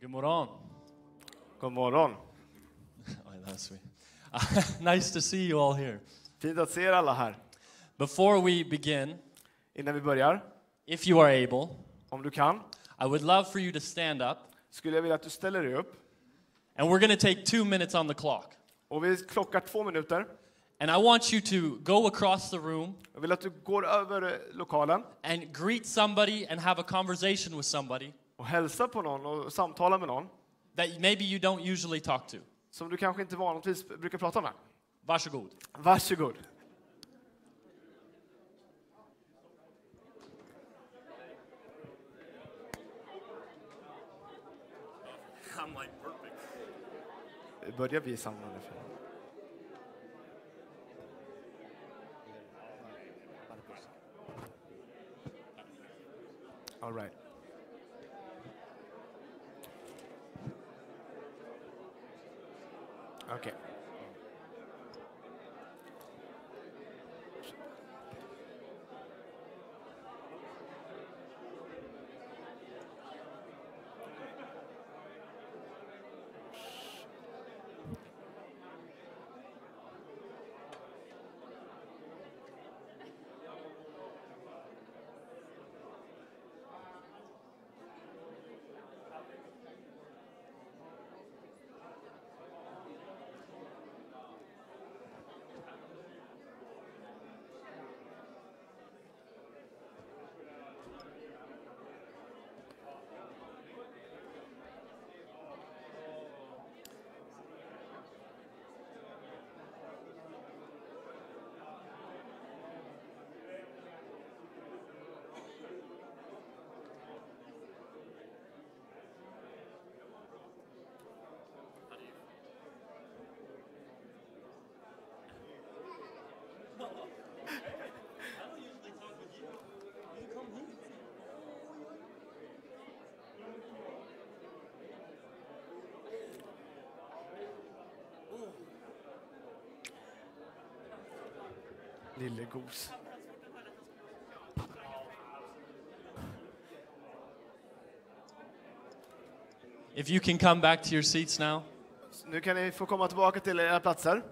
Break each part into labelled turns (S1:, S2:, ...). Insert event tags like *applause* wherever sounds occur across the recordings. S1: God morgon.
S2: God morgon.
S1: Oh, that's sweet. *laughs* nice to see you all here.
S2: Fint att se er alla här.
S1: Before we begin,
S2: Innan vi börjar,
S1: if you are able,
S2: om du kan,
S1: I would love for you to stand up,
S2: skulle jag vilja att du ställer dig upp.
S1: and we're going to take two minutes on the clock.
S2: Och vi klockar två minuter.
S1: And I want you to go across the room
S2: Jag vill att du går över eh, lokalen
S1: and greet somebody and have a conversation with somebody
S2: och hälsar på någon och samtalar med någon
S1: that maybe you don't usually talk to.
S2: som du kanske inte vanligtvis brukar prata med.
S1: Varsågod.
S2: Varsågod.
S1: I'm like perfect.
S2: Börjar vi samla det för? All right. Okej. Lille gos.
S1: If you can come back to your seats now.
S2: Så Nu kan ni få komma tillbaka till era platser.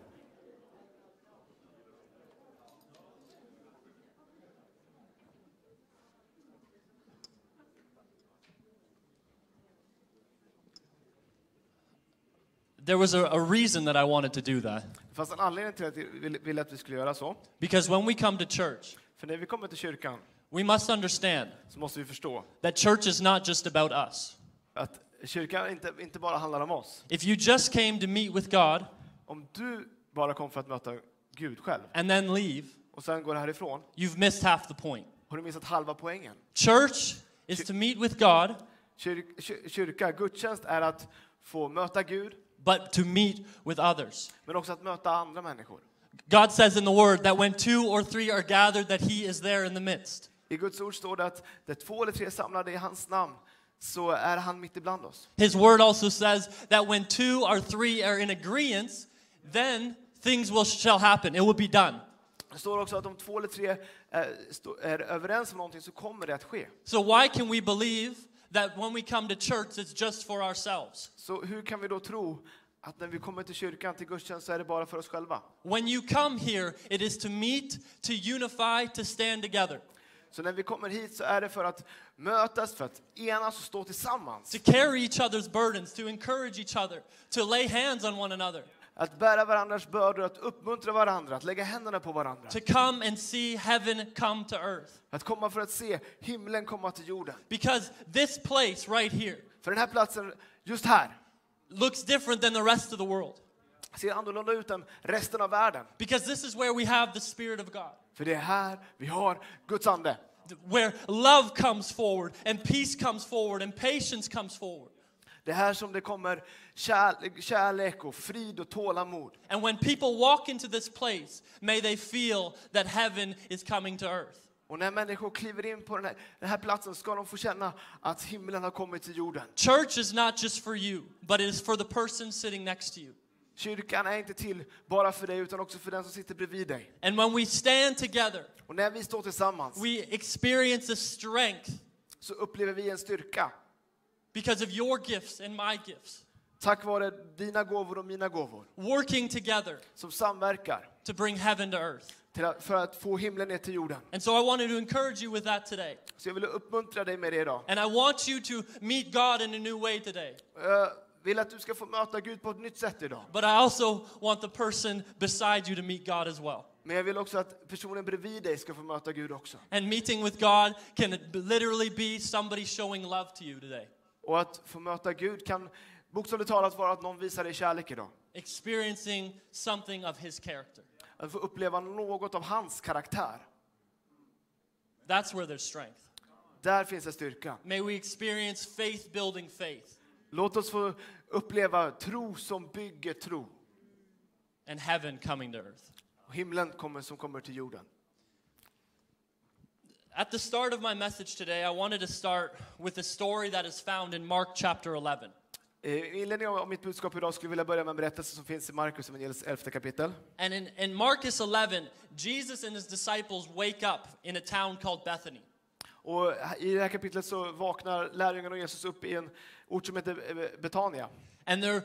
S1: There was a, a reason that I wanted to do that.
S2: Det fanns en anledning till att vi ville- ville att vi skulle göra så.
S1: Because when we come to church,
S2: För när vi kommer till kyrkan
S1: we must understand
S2: så måste vi förstå
S1: that church is not just about us.
S2: att kyrkan inte, inte bara handlar om oss.
S1: If you just came to meet with God
S2: Om du bara kom för att möta Gud själv
S1: and then leave,
S2: och sen går härifrån
S1: you've missed half the point.
S2: har du missat halva poängen.
S1: Church is to meet with God,
S2: Kyr, kyr, kyrka, gudstjänst är att få möta Gud,
S1: but to meet with others.
S2: men också att möta andra människor.
S1: God says in the Word that when two or three are gathered, that He is there in the midst.
S2: I Guds ord står det att där två eller tre är samlade i hans namn så är han mitt ibland oss.
S1: His Word also says that when two or three are in agreement, then things will shall happen. It will be done.
S2: Det står också att om två eller tre eh, stå- är överens om någonting så kommer det att ske.
S1: So why can we believe that when we come to church, it's just for ourselves?
S2: Så hur kan vi då tro att när vi kommer till kyrkan, till gudstjänst, så är det bara för oss själva?
S1: When you come here, it is to meet, to unify, to stand together,
S2: Så när vi kommer hit så är det för att mötas, för att enas och stå tillsammans.
S1: to carry each other's burdens, to encourage each other, to lay hands on one another,
S2: Att bära varandras bördor, att uppmuntra varandra, att lägga händerna på varandra.
S1: to come and see heaven come to earth.
S2: Att komma för att se himlen komma till jorden.
S1: Because this place right here
S2: För den här platsen, just här,
S1: looks different than the rest of the world.
S2: ser annorlunda ut än resten av världen.
S1: Because this is where we have the Spirit of God,
S2: För det är här vi har Guds ande.
S1: where love comes forward, and peace comes forward, and patience comes forward.
S2: Det är här som det kommer kärlek, kärlek och frid och tålamod.
S1: And when people walk into this place, may they feel that heaven is coming to earth.
S2: Och när människor kliver in på den här, den här platsen ska de få känna att himlen har kommit till jorden.
S1: Church is not just for you, but it is for the person sitting next to you.
S2: Kyrkan är inte till bara för dig utan också för den som sitter bredvid dig.
S1: And when we stand together,
S2: Och när vi står tillsammans
S1: we experience a strength
S2: så upplever vi en styrka
S1: because of your gifts and my gifts,
S2: Tack vare dina gåvor och mina gåvor
S1: working together
S2: som samverkar
S1: to bring heaven to earth.
S2: till att, för att få himlen ner till jorden.
S1: And so I wanted to encourage you with that today.
S2: Så jag vill uppmuntra dig med det idag.
S1: And I want you to meet God in a new way today.
S2: Jag vill att du ska få möta Gud på ett nytt sätt idag.
S1: But I also want the person beside you to meet God as well.
S2: Men jag vill också att personen bredvid dig ska få möta Gud också.
S1: And meeting with God can literally be somebody showing love to you today,
S2: Och att få möta Gud kan bokstavligt talat vara att någon visar dig kärlek idag.
S1: experiencing something of His character.
S2: Att få uppleva något av hans karaktär.
S1: That's where there's strength.
S2: Där finns en styrka.
S1: May we experience faith building faith
S2: Låt oss få uppleva tro som bygger tro.
S1: and heaven coming to earth.
S2: Och himlen kommer som kommer till jorden.
S1: At the start of my message today, I wanted to start with a story that is found in Mark chapter 11.
S2: Eh, I inledningen av mitt budskap idag skulle jag vilja börja med en berättelse som finns i Markus evangeliets elfte kapitel.
S1: And in, in Marcus 11, Jesus and his disciples wake up in a town called Bethany.
S2: Och I det här kapitlet så vaknar lärjungarna och Jesus upp i en ort som heter eh, Betania.
S1: And they're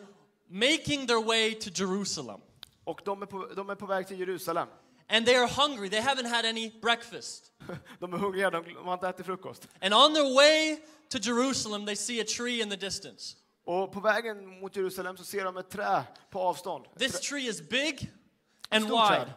S1: making their way to Jerusalem.
S2: Och de är, på, de är på väg till Jerusalem.
S1: And they are hungry. They haven't had any breakfast.
S2: De är hungriga, de, de har inte ätit frukost.
S1: And on their way to Jerusalem, they see a tree in the distance.
S2: Och på vägen mot Jerusalem så ser de ett trä på avstånd. Ett
S1: This tree is big and
S2: stort
S1: wide,
S2: träd.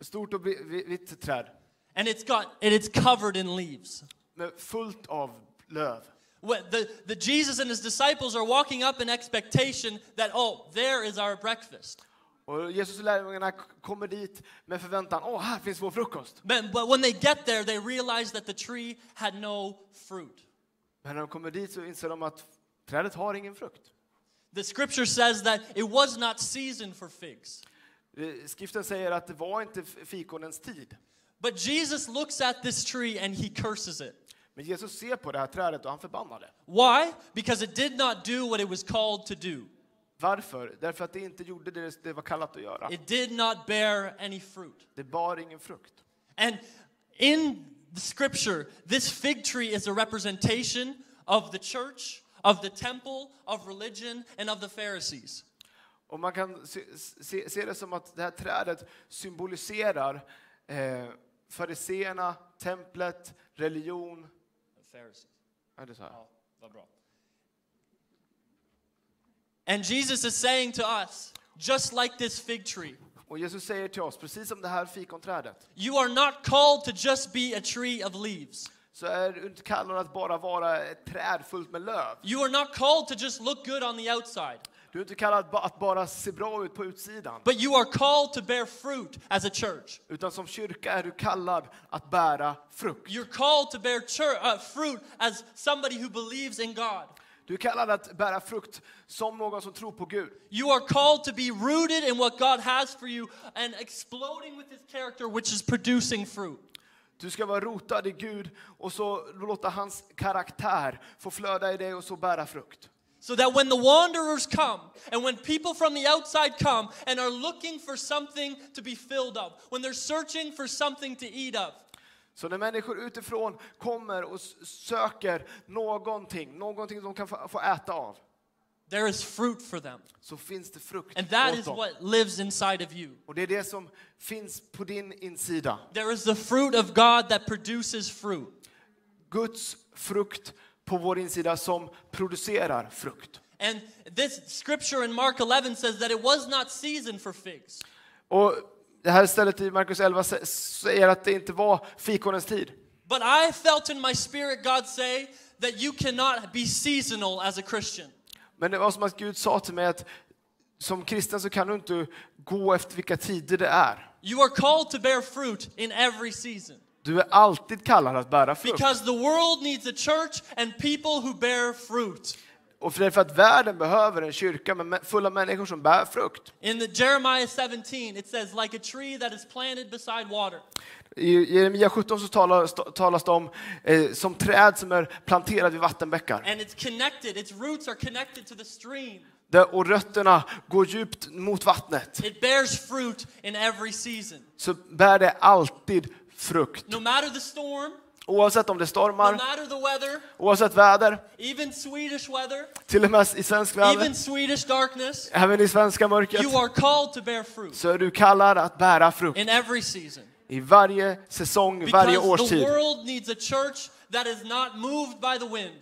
S2: Ett stort och vi- vi- vitt träd.
S1: and it's got and it's covered in leaves.
S2: Med fullt av löv.
S1: What- The, the Jesus and his disciples are walking up in expectation that, oh, there is our breakfast.
S2: Och Jesus och lärjungarna k- kommer dit med förväntan. Åh, här finns vår frukost.
S1: But, but when they get there, they realize that the tree had no fruit.
S2: Men när de kommer dit så inser de att trädet har ingen frukt.
S1: The scripture says that it was not season for figs.
S2: Eh, Skriften säger att det var inte f- fikonens tid.
S1: But Jesus looks at this tree and he curses it.
S2: Men Jesus ser på det här trädet och han förbannar det.
S1: Why? Because it did not do what it was called to do.
S2: Varför? Därför att det inte gjorde det det var kallat att göra.
S1: It did not bear any fruit.
S2: Det bar ingen frukt.
S1: And in the scripture, this fig tree is a representation of the church, of the temple, of religion, and of the Pharisees.
S2: Och man kan se, se, se det som att det här trädet symboliserar eh, fariséerna, templet, religion.
S1: Pharisees.
S2: Ja, det sa jag.
S1: And Jesus is saying to us, just like this fig tree,
S2: Och Jesus säger till oss, precis som det här fikonträdet,
S1: you are not called to just be a tree of leaves.
S2: så är du inte kallad att bara vara ett träd fullt med löv.
S1: You are not called to just look good on the outside,
S2: Du är inte kallad ba- att bara se bra ut på utsidan.
S1: but you are called to bear fruit as a church.
S2: Utan som kyrka är du kallad att bära frukt.
S1: You're called to bear chur- uh, fruit as somebody who believes in God.
S2: Du är kallad att bära frukt som någon som tror på Gud.
S1: You are called to be rooted in what God has for you and exploding with His character, which is producing fruit.
S2: Du ska vara rotad i Gud och så låta hans karaktär få flöda i dig och så bära frukt.
S1: So that when the wanderers come and when people from the outside come and are looking for something to be filled of, when they're searching for something to eat of,
S2: Så när människor utifrån kommer och s- söker någonting, någonting de kan få få äta av,
S1: there is fruit for them.
S2: så finns det frukt
S1: And that
S2: åt
S1: is
S2: dem.
S1: what lives inside of you.
S2: Och det är det som finns på din insida.
S1: There is the fruit of God that produces fruit.
S2: Guds frukt på vår insida som producerar frukt.
S1: And this scripture in Mark 11 says that it was not season for figs.
S2: Och det här stället i Markus 11 sä- säger att det inte var fikonens tid.
S1: But I felt in my spirit God say that you cannot be seasonal as a Christian.
S2: Men det var som att Gud sa till mig att som kristen så kan du inte gå efter vilka tider det är.
S1: You are called to bear fruit in every season
S2: Du är alltid kallad att bära frukt.
S1: because the world needs a church and people who bear fruit.
S2: Och för det är för att världen behöver en kyrka med mä- fulla människor som bär frukt.
S1: In the Jeremiah 17 it says like a tree that is planted beside water.
S2: I Jeremia 17 så talas, talas det om eh, som träd som är planterade vid vattenbäckar.
S1: And it's connected, its roots are connected to the stream.
S2: Där, och rötterna går djupt mot vattnet.
S1: It bears fruit in every season.
S2: Så bär det alltid frukt.
S1: No matter the storm,
S2: Oavsett om det
S1: No
S2: stormar,
S1: matter the weather,
S2: oavsett väder,
S1: even Swedish weather,
S2: till och med i svensk
S1: even
S2: väder,
S1: Swedish darkness,
S2: även i svenska mörkret,
S1: you are called to bear fruit
S2: så är du kallad att bära frukt
S1: in every season.
S2: i varje säsong, varje
S1: Because the
S2: årstid.
S1: world needs a church that is not moved by the wind.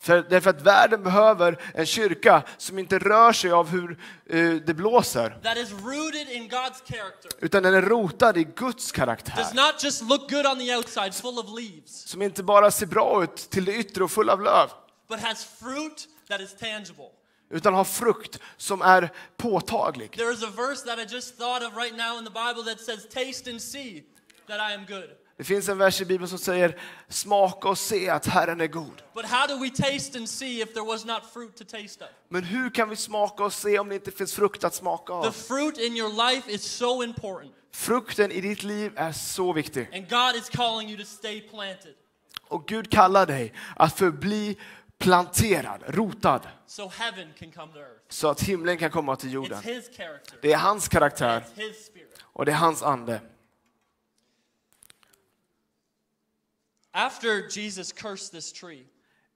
S2: För, därför att världen behöver en kyrka som inte rör sig av hur eh, det blåser,
S1: that is rooted in God's character.
S2: utan den är rotad i Guds
S1: Does
S2: karaktär.
S1: not just look good on the outside, full of leaves,
S2: Som inte bara ser bra ut till det yttre och full av löv,
S1: but has fruit that is tangible.
S2: utan har frukt som är påtaglig.
S1: There is a verse that I just thought of right now in the Bible that says, Taste and see that I am good.
S2: Det finns en vers i Bibeln som säger smaka och se att Herren är god.
S1: But how do we taste and see if there was not fruit to taste of?
S2: Men hur kan vi smaka och se om det inte finns frukt att smaka
S1: The
S2: av?
S1: fruit in your life is so important,
S2: Frukten i ditt liv är så viktig.
S1: and God is calling you to stay planted.
S2: Och Gud kallar dig att förbli planterad, rotad,
S1: So heaven can come to earth.
S2: så att himlen kan komma till jorden.
S1: It's His character,
S2: Det är hans karaktär
S1: it's His spirit.
S2: och det är hans ande.
S1: After Jesus cursed this tree,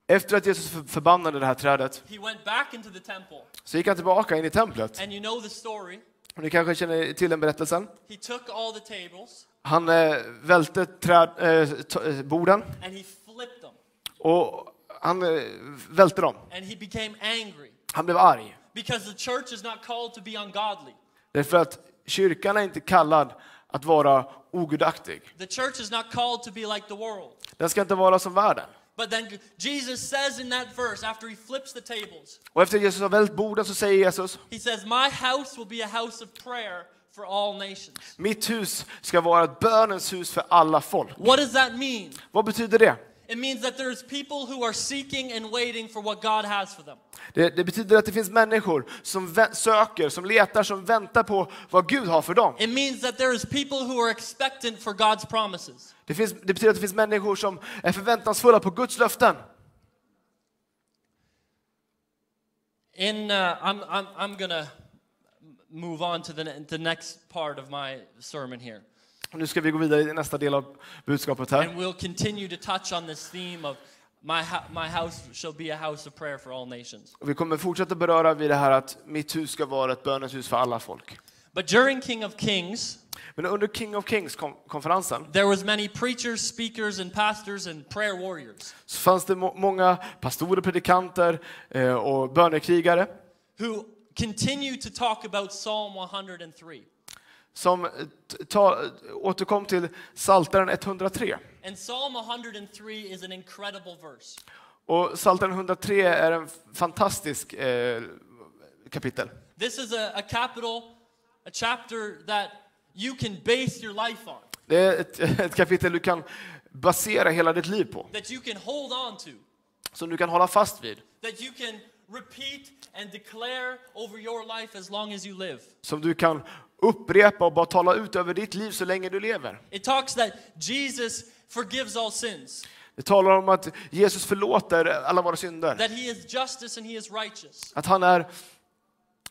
S2: Efter att Jesus för- förbannade det här trädet
S1: he went back into the temple.
S2: så gick han tillbaka in i templet.
S1: And you know the story.
S2: Och ni kanske känner till den berättelsen.
S1: He took all the tables
S2: Han eh, välte träd, eh, t- eh, borden
S1: and he flipped them.
S2: och han eh, välte dem.
S1: And he became angry
S2: Han blev arg.
S1: because the church is not called to be ungodly.
S2: Därför att kyrkan är inte kallad att vara ogudaktig.
S1: The church is not called to be like the world.
S2: Den ska inte vara som världen.
S1: But then Jesus says in that verse, after he flips the tables,
S2: Och efter Jesus har vält borden så säger Jesus,
S1: he says, My house will be a house of prayer for all nations.
S2: mitt hus ska vara ett bönens hus för alla folk.
S1: What does that mean?
S2: Vad betyder det?
S1: It means that there's people who are seeking and waiting for what God has for them.
S2: Det, det betyder att det finns människor som vä- söker, som letar, som väntar på vad Gud har för dem.
S1: It means that there is people who are expectant for God's promises.
S2: Det, finns, det betyder att det finns människor som är förväntansfulla på Guds löften.
S1: In, uh, I'm, I'm, I'm going to move on to the, ne- the next part of my sermon here.
S2: Och nu ska vi gå vidare i nästa del av budskapet
S1: And
S2: här.
S1: we'll continue to touch on this theme of my, hou- my house shall be a house of prayer for all nations.
S2: Och vi kommer fortsätta beröra vid det här att mitt hus ska vara ett bönens hus för alla folk.
S1: But during King of Kings,
S2: Men under King of Kings-konferensen
S1: there was many preachers, speakers, and pastors and prayer warriors
S2: så fanns det må- många pastorer, predikanter eh, och bönekrigare
S1: who continue to talk about Psalm 103.
S2: som eh, t- ta, återkom till Psaltaren 103.
S1: And Psalm 103 is an incredible verse.
S2: Och Psaltaren 103 är en fantastisk eh, kapitel.
S1: This is a, a capital, a chapter that you can base your life on.
S2: Det är ett, *laughs* ett kapitel du kan basera hela ditt liv på,
S1: that you can hold on to,
S2: som du kan hålla fast vid,
S1: that you can repeat and declare over your life as long as you live.
S2: som du kan upprepa och bara tala ut över ditt liv så länge du lever.
S1: It talks that Jesus forgives all sins,
S2: Det talar om att Jesus förlåter alla våra synder,
S1: that he is justice and he is righteous,
S2: att han är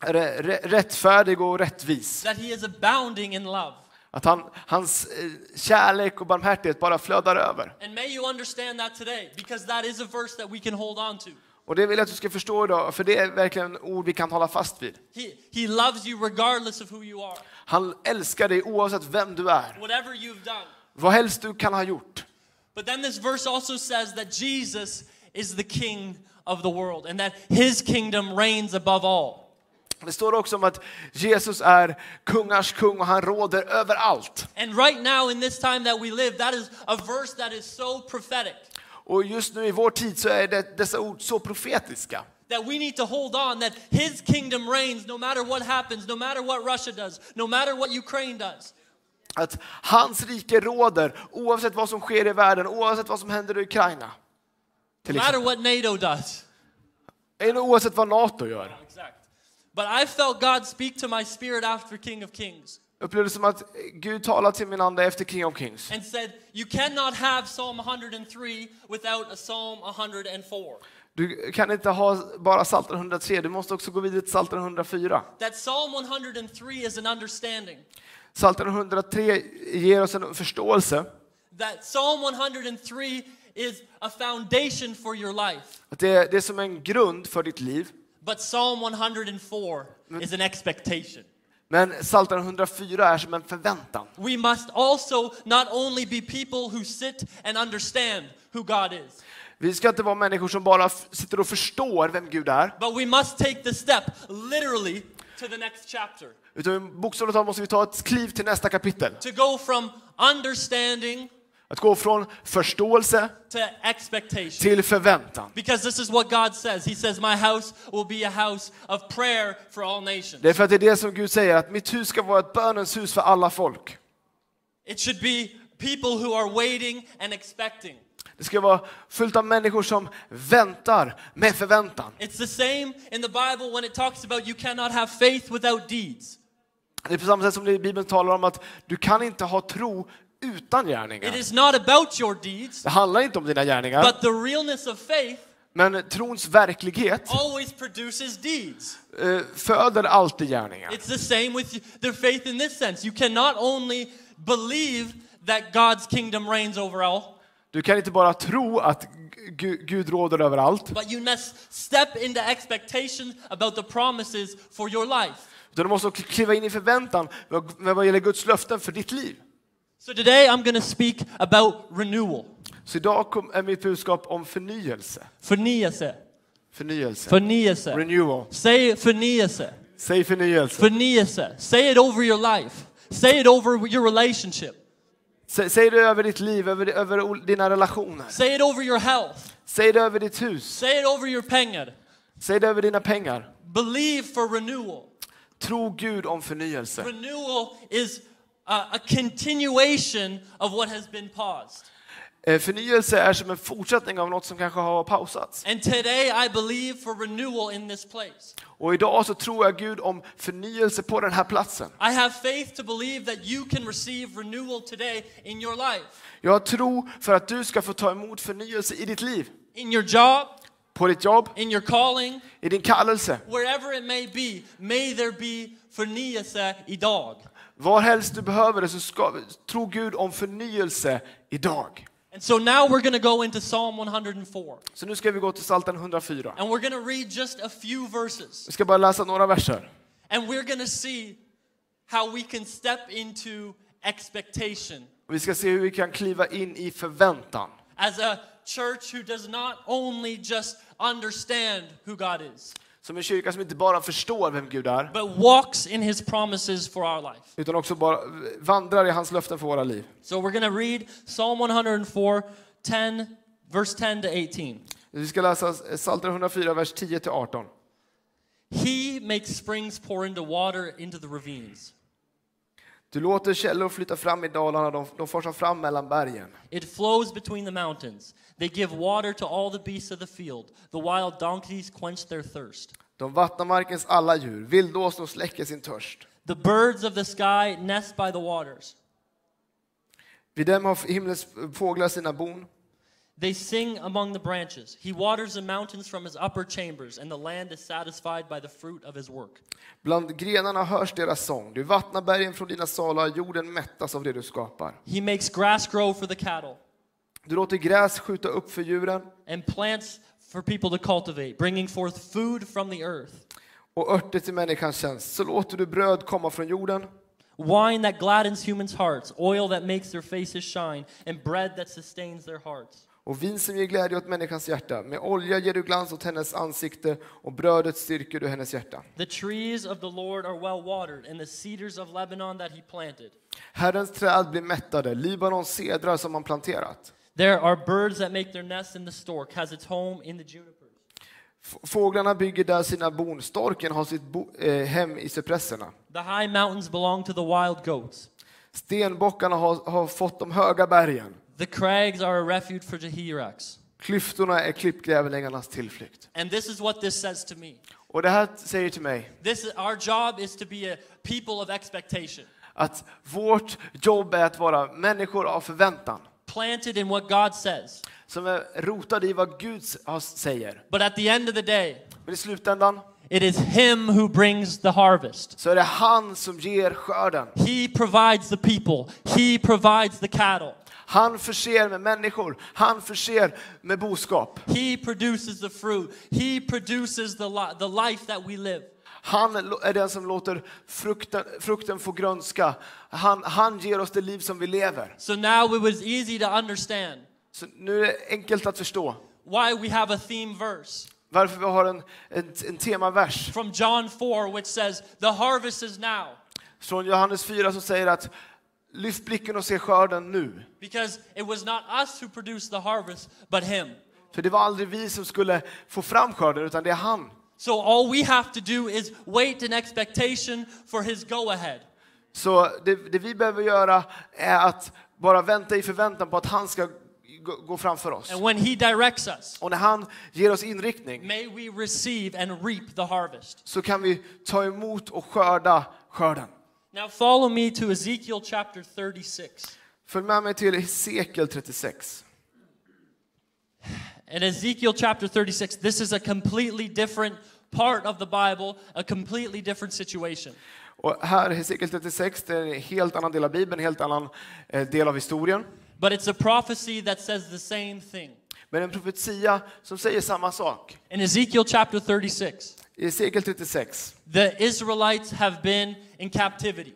S2: rä- rä- rättfärdig och rättvis.
S1: that he is abounding in love.
S2: Att han, hans eh, kärlek och barmhärtighet bara flödar över.
S1: And may you understand that today, because that is a verse that we can hold on to.
S2: Och det vill jag att du ska förstå idag, för det är verkligen ord vi kan hålla fast vid.
S1: He, he loves you regardless of who you are,
S2: Han älskar dig oavsett vem du är,
S1: whatever you've done.
S2: vad helst du kan ha gjort.
S1: But then this verse also says that Jesus is the king of the world and that his kingdom reigns above all.
S2: Det står också om att Jesus är kungars kung och han råder över allt.
S1: And right now, in this time that we live, that is a verse that is so prophetic
S2: Och just nu i vår tid så är det, dessa ord så profetiska.
S1: that we need to hold on that His kingdom reigns no matter what happens, no matter what Russia does, no matter what Ukraine does.
S2: Att hans rike råder oavsett vad som sker i världen, oavsett vad som händer i Ukraina.
S1: No
S2: Till
S1: matter
S2: exempel.
S1: what NATO does.
S2: Eller oavsett vad NATO gör.
S1: Exact. But I felt God speak to my spirit after King of Kings
S2: Jag upplevde det som att Gud talade till min ande efter King of Kings.
S1: and said, You cannot have Psalm 103 without a Psalm 104.
S2: Du kan inte ha bara Psaltaren 103, du måste också gå vidare till Psaltaren 104.
S1: That Psalm 103 is an understanding
S2: Psaltaren 103 ger oss en förståelse
S1: that Psalm 103 is a foundation for your life,
S2: Att det, det är som en grund för ditt liv.
S1: but Psalm 104 is an expectation.
S2: Men Psaltaren 104 är som en förväntan.
S1: We must also not only be people who sit and understand who God is,
S2: Vi ska inte vara människor som bara f- sitter och förstår vem Gud är.
S1: but we must take the step literally to the next chapter
S2: Utan bokstavligt talat måste vi ta ett kliv till nästa kapitel.
S1: to go from understanding
S2: Att gå från förståelse
S1: to expectation.
S2: till förväntan.
S1: Because this is what God says. He says, My house will be a house of prayer for all nations.
S2: Det är för att det är det som Gud säger, att mitt hus ska vara ett bönens hus för alla folk.
S1: It should be people who are waiting and expecting.
S2: Det ska vara fullt av människor som väntar med förväntan.
S1: It's the same in the Bible when it talks about you cannot have faith without deeds.
S2: Det är på samma sätt som det i Bibeln talar om att du kan inte ha tro utan
S1: It
S2: gärningar.
S1: is not about your deeds,
S2: Det handlar inte om dina gärningar,
S1: but the realness of faith
S2: men trons verklighet
S1: always produces deeds.
S2: eh, föder alltid gärningar.
S1: It's the same with the faith in this sense. You can not only believe that God's kingdom reigns over all,
S2: Du kan inte bara tro att Gu- Gud råder över allt,
S1: but you must step into expectation about the promises for your life.
S2: utan du måste också kliva in i förväntan vad- vad vad gäller Guds löften för ditt liv.
S1: So today I'm going to speak about renewal.
S2: Så idag kom, är mitt budskap om förnyelse.
S1: Förnyelse.
S2: Förnyelse.
S1: Förnyelse.
S2: Renewal.
S1: Say förnyelse.
S2: Säg förnyelse.
S1: Förnyelse. Say it over your life. Say it over your relationship.
S2: Sä- Säg det över ditt liv, över, över ol- dina relationer.
S1: Say it over your health.
S2: Säg det över ditt hus.
S1: Say it over your pengar.
S2: Säg det över dina pengar.
S1: Believe for renewal.
S2: Tro Gud om förnyelse.
S1: Renewal is a, a continuation of what has been paused.
S2: Eh, Förnyelse är som en fortsättning av något som kanske har pausats.
S1: And today I believe for renewal in this place.
S2: Och idag så tror jag Gud om förnyelse på den här platsen.
S1: I have faith to believe that you can receive renewal today in your life,
S2: Jag tror för att du ska få ta emot förnyelse i ditt liv.
S1: in your job,
S2: På ditt jobb,
S1: in your calling,
S2: i din kallelse.
S1: wherever it may be, may there be förnyelse idag.
S2: Varhelst du behöver det så ska, tro Gud om förnyelse idag.
S1: And so now we're going to go into Psalm 104,
S2: Så nu ska vi gå till Psaltaren 104.
S1: and we're going to read just a few verses,
S2: Vi ska bara läsa några verser.
S1: and we're going to see how we can step into expectation
S2: Och Vi ska se hur vi kan kliva in i förväntan.
S1: as a church who does not only just understand who God is,
S2: Som en kyrka som inte bara förstår vem Gud är,
S1: but walks in his promises for our life.
S2: utan också bara vandrar i hans löften för våra liv.
S1: So we're going to read Psalm 104, 10, verse 10 to 18.
S2: Vi ska läsa Psaltaren 104, vers 10-18.
S1: He makes springs pour into water into the ravines.
S2: Du låter källor flytta fram i dalarna, de, de forsar fram mellan bergen.
S1: It flows between the mountains. They give water to all the beasts of the field. The wild donkeys quench their thirst.
S2: De vattnar markens alla djur, vildåsnor släcker sin törst.
S1: The birds of the sky nest by the waters.
S2: Vid dem har himlens fåglar sina bon.
S1: They sing among the branches. He waters the mountains from his upper chambers, and the land is satisfied by the fruit of his work.
S2: Bland grenarna hörs deras sång. Du vattnar bergen från dina salar, jorden mättas av det du skapar.
S1: He makes grass grow for the cattle
S2: Du låter gräs skjuta upp för djuren
S1: and plants for people to cultivate, bringing forth food from the earth,
S2: och örter till människans tjänst. Så låter du bröd komma från jorden,
S1: wine that gladdens humans' hearts, oil that makes their faces shine, and bread that sustains their hearts.
S2: och vin som ger glädje åt människans hjärta. Med olja ger du glans åt hennes ansikte och brödet styrker du hennes hjärta.
S1: The trees of the Lord are well watered, and the cedars of Lebanon that he planted.
S2: Herrens träd blir mättade, Libanons cedrar som han planterat.
S1: There are birds that make their nests in the stork, has its home in the junipers.
S2: F- Fåglarna bygger där sina bon, storken har sitt bo, eh, hem i cypresserna.
S1: The high mountains belong to the wild goats.
S2: Stenbockarna har, har fått de höga bergen.
S1: The crags are a refuge for Jehirax.
S2: Klyftorna är klippgrävlingarnas tillflykt.
S1: And this is what this says to me.
S2: Och det här säger till mig
S1: This is, our job is to be a people of expectation,
S2: att vårt jobb är att vara människor av förväntan.
S1: planted in what God says.
S2: Som är rotade i vad Gud s- har- säger.
S1: But at the end of the day,
S2: Men i slutändan
S1: It is Him who brings the harvest.
S2: så är det han som ger skörden.
S1: He provides the people, He provides the cattle,
S2: Han förser med människor, han förser med boskap.
S1: He produces the fruit, He produces the, li- the life that we live.
S2: Han lo- är den som låter frukten, frukten få grönska. Han, han ger oss det liv som vi lever.
S1: So now it was easy to understand
S2: Så nu är det enkelt att förstå
S1: why we have a theme verse
S2: varför vi har en, en, en temavers
S1: from John 4, which says, The harvest is now.
S2: från Johannes 4 som säger att lyft blicken och se skörden nu.
S1: Because it was not us who produced the harvest, but Him.
S2: För det var aldrig vi som skulle få fram skörden, utan det är han.
S1: So all we have to do is wait in expectation for His go ahead.
S2: Så det, det vi behöver göra är att bara vänta i förväntan på att han ska gå, gå framför oss.
S1: And when He directs us,
S2: Och när han ger oss inriktning
S1: may we receive and reap the harvest.
S2: så kan vi ta emot och skörda skörden.
S1: Now follow me to Ezekiel chapter 36.
S2: Följ med mig till Hesekiel 36.
S1: In Ezekiel chapter 36, this is a completely different part of the Bible, a completely different situation.
S2: Och här, Hesekiel 36, det är en helt annan del av Bibeln, en helt annan eh, del av historien.
S1: But it's a prophecy that says the same thing.
S2: Men en profetia som säger samma sak.
S1: In Ezekiel chapter 36,
S2: I Hesekiel 36
S1: the Israelites have been in captivity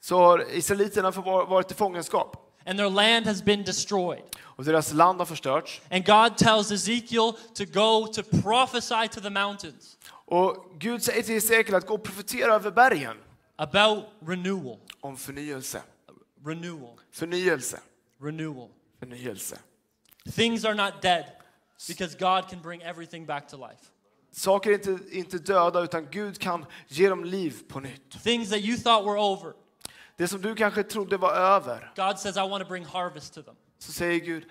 S2: så har israeliterna förvar- varit i fångenskap
S1: and their land has been destroyed.
S2: och deras land har förstörts.
S1: And God tells Ezekiel to go to prophesy to the mountains
S2: Och Gud säger till Hesekiel att gå och profetera över bergen
S1: about renewal,
S2: om förnyelse.
S1: renewal,
S2: Förnyelse.
S1: renewal.
S2: Förnyelse.
S1: Things are not dead because God can bring everything back to life.
S2: Saker är inte, inte döda utan Gud kan ge dem liv på nytt.
S1: Things that you thought were over,
S2: Det som du kanske trodde var över
S1: God says, I want to bring harvest to them.
S2: så säger Gud,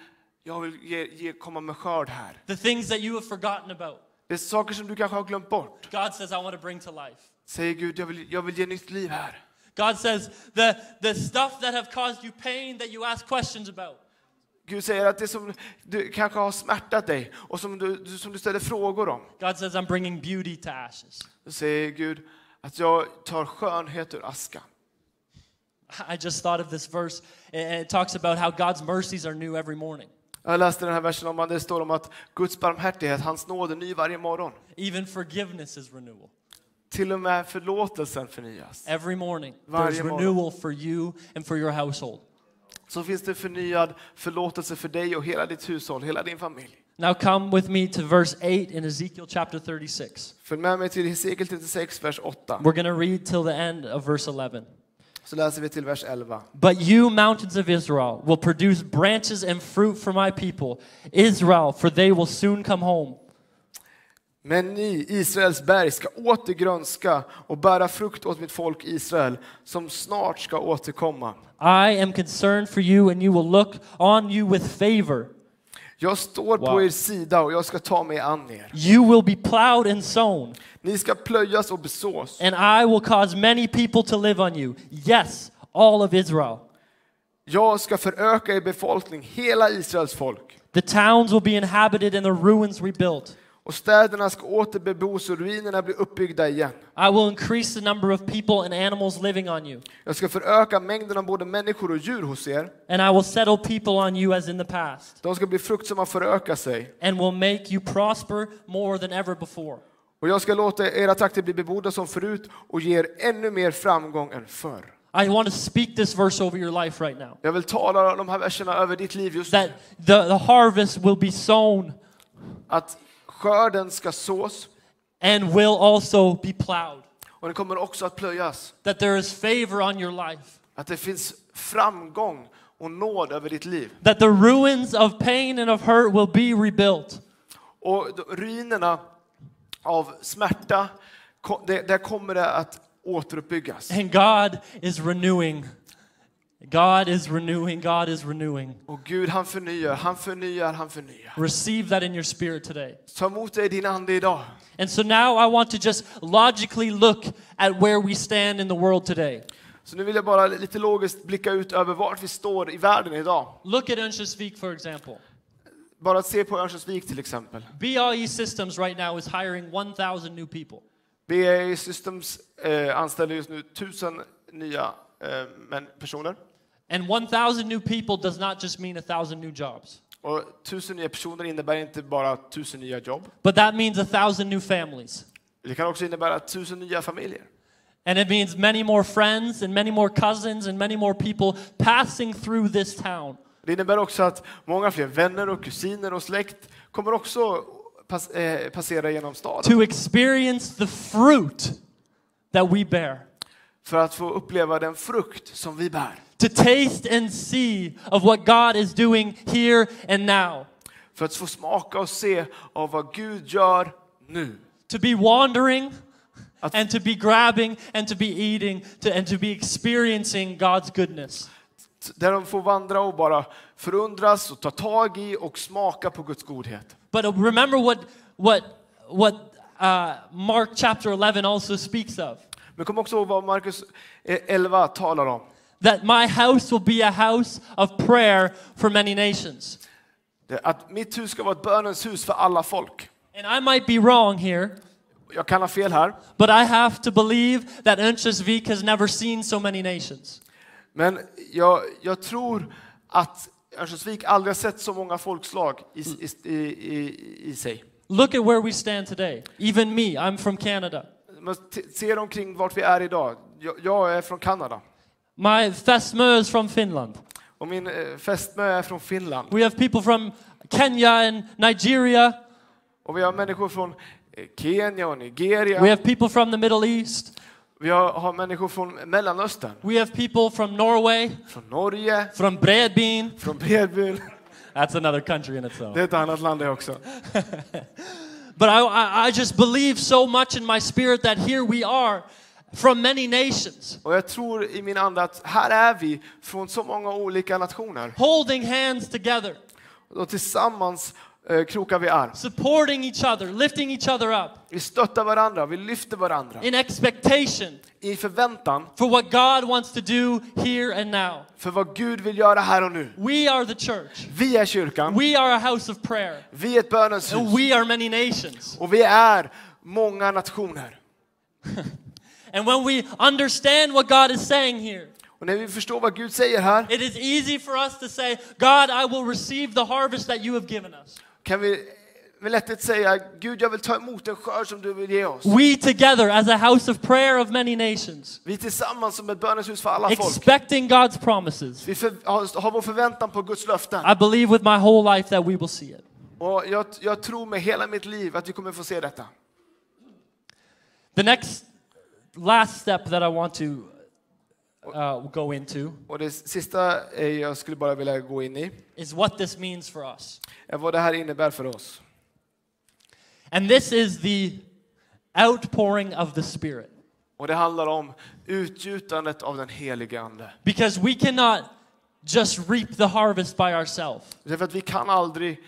S2: jag vill ge, ge, komma med skörd här.
S1: The things that you have forgotten about,
S2: Det är saker som du kanske har glömt bort.
S1: God says, I want to bring to life.
S2: Säger Gud, jag vill, jag vill ge nytt liv här.
S1: God says, the, the stuff that have caused you pain that you ask questions about,
S2: Gud säger att det som du kanske har smärtat dig och som du, du- som du ställer frågor om.
S1: God says, I'm bringing beauty to ashes.
S2: Då säger Gud att jag tar skönhet ur aska.
S1: I just thought of this verse, and it talks about how God's mercies are new every morning,
S2: Jag läste den här versen om att det står om att Guds barmhärtighet, hans nåd är ny varje morgon.
S1: even forgiveness is renewal.
S2: Till och med förlåtelsen förnyas.
S1: Every morning,
S2: Varje
S1: there's
S2: morgon.
S1: renewal for you and for your household.
S2: Så finns det förnyad förlåtelse för dig och hela ditt hushåll, hela din familj.
S1: Now come with me to verse 8 in Ezekiel chapter 36.
S2: Följ med mig till Hesekiel 36, vers 8.
S1: We're going to read till the end of verse 11.
S2: Så läser vi till vers 11.
S1: But you, mountains of Israel, will produce branches and fruit for my people, Israel, for they will soon come home.
S2: Men ni, Israels berg, ska åter grönska och bära frukt åt mitt folk Israel, som snart ska återkomma.
S1: I am concerned for you, and you will look on you with favor.
S2: Jag står
S1: Wow.
S2: på er sida och jag ska ta mig an er.
S1: You will be plowed and sown,
S2: Ni ska plöjas och besås,
S1: and I will cause many people to live on you. Yes, all of Israel.
S2: Jag ska föröka er befolkning, hela Israels folk.
S1: The towns will be inhabited and the ruins rebuilt.
S2: Och städerna ska åter bebos och ruinerna blir uppbyggda igen.
S1: I will increase the number of people and animals living on you,
S2: Jag ska föröka mängden av både människor och djur hos er.
S1: and I will settle people on you as in the past,
S2: De ska bli fruktsamma och föröka sig.
S1: and will make you prosper more than ever before.
S2: Och jag ska låta era trakter bli bebodda som förut och ge er ännu mer framgång än förr.
S1: I want to speak this verse over your life right now.
S2: Jag vill tala de här verserna över ditt liv just nu.
S1: That the, the harvest will be sown
S2: Att skörden ska sås
S1: and will also be plowed.
S2: och den kommer också att plöjas.
S1: That there is favor on your life.
S2: Att det finns framgång och nåd över ditt liv.
S1: That the ruins of pain and of hurt will be rebuilt.
S2: Och då- ruinerna av smärta, ko- det- där kommer det att återuppbyggas.
S1: And God is renewing. God is renewing. God is renewing.
S2: Och Gud han förnyar, han förnyar, han förnyar.
S1: Receive that in your spirit today.
S2: Ta emot dig din ande idag.
S1: And so now I want to just logically look at where we stand in the world today.
S2: Så nu vill jag bara lite logiskt blicka ut över vart vi står i världen idag.
S1: Look at Örnsköldsvik, for example.
S2: Bara att se på Örnsköldsvik till exempel.
S1: E BAE Systems right now is hiring 1,000 new people.
S2: BAE Systems eh, anställer just nu tusen nya eh, men, personer.
S1: And 1,000 new people does not just mean 1,000 new jobs,
S2: Och tusen nya personer innebär inte bara tusen nya jobb.
S1: but that means 1,000 new families.
S2: Det kan också innebära tusen nya familjer.
S1: And it means many more friends and many more cousins and many more people passing through this town.
S2: Det innebär också att många fler vänner och kusiner och släkt kommer också pass, eh, passera genom staden
S1: to experience the fruit that we bear,
S2: för att få uppleva den frukt som vi bär.
S1: to taste and see of what God is doing here and now,
S2: För att få smaka och se av vad Gud gör nu.
S1: to be wandering
S2: Att-
S1: and to be grabbing and to be eating to, and to be experiencing God's goodness.
S2: Där de får vandra och bara förundras och ta tag i och smaka på Guds godhet.
S1: But uh, remember what, what, what uh, Mark chapter 11 also speaks of
S2: Men kom också ihåg vad Markus eh, 11 talar om.
S1: that my house will be a house of prayer for many nations.
S2: Det- Att mitt hus ska vara ett bönens hus för alla folk.
S1: And I might be wrong here,
S2: Jag kan ha fel här,
S1: But I have to believe that Enchesvik has never seen so many nations.
S2: men jag, jag tror att Örnsköldsvik aldrig har sett så många folkslag i, i, i, i, i sig.
S1: Look at where we stand today. Even me, I'm from Canada.
S2: Man t- ser omkring vart vi är idag. Jag, jag är från Kanada
S1: My fästmö is from Finland.
S2: och min eh, fästmö är från Finland.
S1: We have people from Kenya and Nigeria.
S2: Och vi har människor från eh, Kenya och Nigeria.
S1: We have people from the Middle East.
S2: Vi har, har människor från Mellanöstern,
S1: We have people from Norway,
S2: från Norge,
S1: from Bredbyn.
S2: från Bredbyn.
S1: That's another country in itself.
S2: Det är ett annat land det också.
S1: But I, I, I just believe so much in my spirit that here we are from many nations,
S2: Och jag tror i min ande att här är vi från så många olika nationer.
S1: holding hands together,
S2: Och tillsammans eh, krokar vi arm.
S1: supporting each other, lifting each other up.
S2: Vi stöttar varandra, vi lyfter varandra.
S1: in expectation
S2: I förväntan
S1: for what God wants to do here and now.
S2: för vad Gud vill göra här och nu.
S1: We are the church.
S2: Vi är kyrkan,
S1: We are a house of prayer.
S2: vi är ett bönens
S1: And
S2: hus
S1: we are many nations.
S2: och vi är många nationer.
S1: And when we understand what God is saying here,
S2: Och när vi förstår vad Gud säger här
S1: it is easy for us to say, God, I will receive the harvest that you have given us.
S2: kan vi med lätthet säga Gud, jag vill ta emot den skörd som du vill ge oss.
S1: We together, as a house of prayer of many nations,
S2: Vi tillsammans som ett bönens hus för alla folk.
S1: expecting God's promises,
S2: Vi för, har, har vår förväntan på Guds löften.
S1: I believe with my whole life that we will see it.
S2: Och jag, jag tror med hela mitt liv att vi kommer få se detta.
S1: The next last step that I want to uh, go into
S2: Och det sista eh, jag skulle bara vilja gå in i
S1: is what this means for us.
S2: är vad det här innebär för oss.
S1: And this is the outpouring of the Spirit.
S2: Och det handlar om utgjutandet av den helige Ande.
S1: Because we cannot just reap the harvest by ourselves.
S2: Därför att vi kan aldrig